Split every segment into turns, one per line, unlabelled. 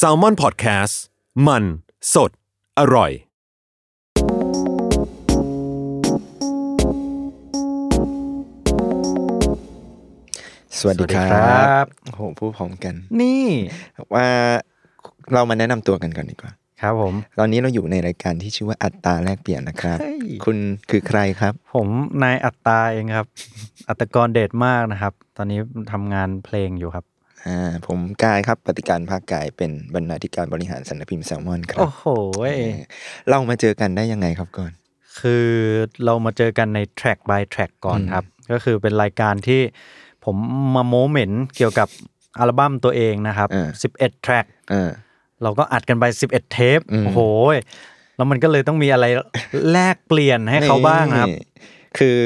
s a l m o n PODCAST มัน สด อร่อย
สวัสดีครั
สวัสดีครับ บ
โอ้โหพูดพร้อมกัน
นี่
ว่าเรามาแนะนำตัวกันก่อนดีกว่า
ครับผม
ตอนนี้เราอยู่ในรายการที่ชื่อว่าอัตราแลกเปลี่ยนนะครับ
เฮ้ย
คุณคือใครครับ
ผมนายอัตตาเองครับ อัตกรเดชมากนะครับ ตอนนี้ทำงานเพลงอยู่ครับ
อ่า ผมกายครับ ปฏิการภาคกายเป็นบรรณาธิการบริหารสำนักพิมพ์แซลมอนครับ
โอ้โห
เอ
เว้ย
อเรามาเจอกันได้ยังไงครับก่อน
คือเรามาเจอกันใน track by track ก่อนครับ ก็คือเป็นรายการที่ผมมาโมเหมนเกี่ยวกับอัลบั้มตัวเองนะครับ
เออ
11 track
เออ
เราก็อัดกันไป 11 เทป
อืม
โอ้โหแล้วมันก็เลยต้องมีอะไรแลกเปลี่ยนให้เขาบ้างนะครับ
นี่คือ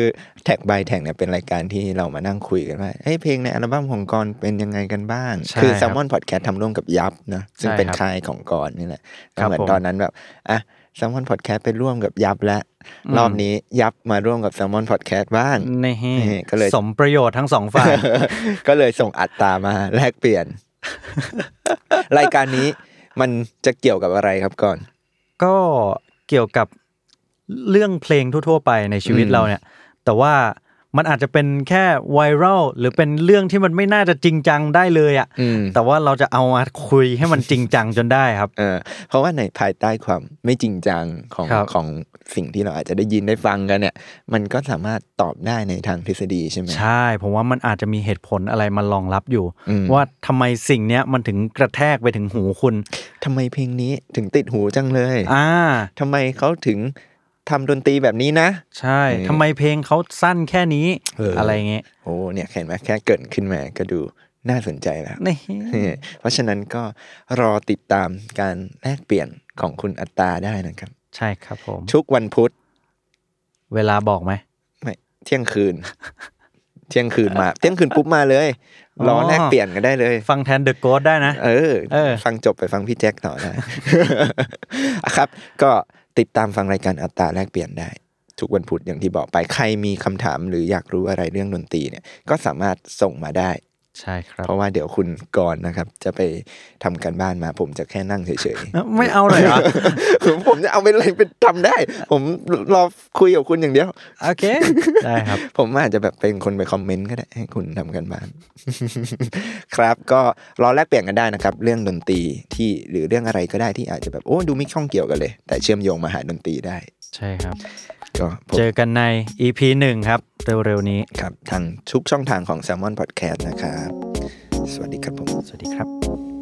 แท็กบายแท็กเนี่ยเป็นรายการที่เรามานั่งคุยกันว่าเฮ้ยเพลงในอัลบั้มของกรเป็นยังไงกันบ้าง
ใช่
คือ
ครับ
แซมมอนพอดแคสต์ทำร่วมกับยับนะซึ่ง
ใช่
เป็น
ครับ
ค่ายของกรนี่แหละก็
ครับ
เหมือน
ผม
ตอนนั้นแบบอ่ะแซมมอนพอดแคสต์ไปร่วมกับยับแล้ว
อืม
รอบนี้ยับมาร่วมกับแซมมอนพอดแคสต์บ้าง
นี่
นี่ก็เลย
สมประโยชน์ทั้งสองฝ่าย
ก็เลยส่งอัตรามาแลกเปลี่ยน รายการนี้มันจะเกี่ยวกับอะไรครับก่อน
ก็เกี่ยวกับเรื่องเพลงทั่ว ๆ ไปในชีวิต
อืม
เราเนี่ย แต่ว่ามันอาจจะเป็นแค่ไวรัลหรือเป็นเรื่องที่มันไม่น่าจะจริงจังได้เลยอะ
อืม
แต่ว่าเราจะเอามาคุยให้มันจริงจังจนได้ครับ
เออเพราะว่าในภายใต้ความไม่จริงจังของ
ครับ
ของสิ่งที่เราอาจจะได้ยินได้ฟังกันเนี่ย มันก็สามารถตอบได้ในทางทฤษฎีใช่ไหม
ใช่ ผมว่ามันอาจจะมีเหตุผลอะไรมารองรับอยู่
อืม
ว่าทำไมสิ่งเนี้ยมันถึงกระแทกไปถึงหูคุณ
ทำไมเพลงนี้ถึงติดหูจังเลย
อ่า
ทำไมเขาถึงทำดนตรีแบบนี้นะ
ใช่
นี่
ทำไมเพลงเขาสั้นแค่นี้
เอออ
อะไรเงี้ย
โอ้เนี่ยเห็นไหมแค่เกริดขึ้นมาก็ดูน่าสนใจแล้ว
นี่
เพราะฉะนั้นก็รอติดตามการแลกเปลี่ยนของคุณอัตตราได้นะครับ
ใช่ครับผม
ทุกวันพุธ
เวลาบอกไหม
ไม่เที่ยงคืน เที่ยงคืนมา เที่ยงคืนปุ๊บมาเลยรอแลกเปลี่ยนกันได้เลย
ฟังแทนเดอะโกดได้นะ
เออ
เออ
ฟังจบไปฟังพี่แจ็คต่อ ได้ ครับ ก็ติดตามฟังรายการอัตราแลกเปลี่ยนได้ ทุกวันพุธอย่างที่บอกไปใครมีคำถามหรืออยากรู้อะไรเรื่องดนตรีเนี่ย ก็สามารถส่งมาได้
ใช่ครับ
เพราะว่าเดี๋ยวคุณกรณ์นะครับ จะไปทำการบ้านมาผมจะแค่นั่งเฉย
เอ้าไม่เอาเลยเหรอ
ๆ ผมจะเอาไปอะไรไปทำได้ ผมรอคุยกับคุณอย่างเดียว
โอเค ได้ครับ
ผมอาจจะแบบเป็นคนไปคอมเมนต์ก็ได้ให้คุณทำกันบ้าน ครับก็รอแลกเปลี่ยนกันได้นะครับ เรื่องดนตรีที่หรือเรื่องอะไรก็ได้ที่อาจจะแบบโอ้ดูไม่ข้องเกี่ยวกันเลย แต่เชื่อมโยงมาหาดนตรีได้
ใช่ครับ
ก็ผม
เจอกันใน EP หนึ่งครับ เร็วๆนี้
ครับทางทุกช่องทางของ s ซ l m o n Podcast นะครับ สวัสดีครับผม
สวัสดีครับ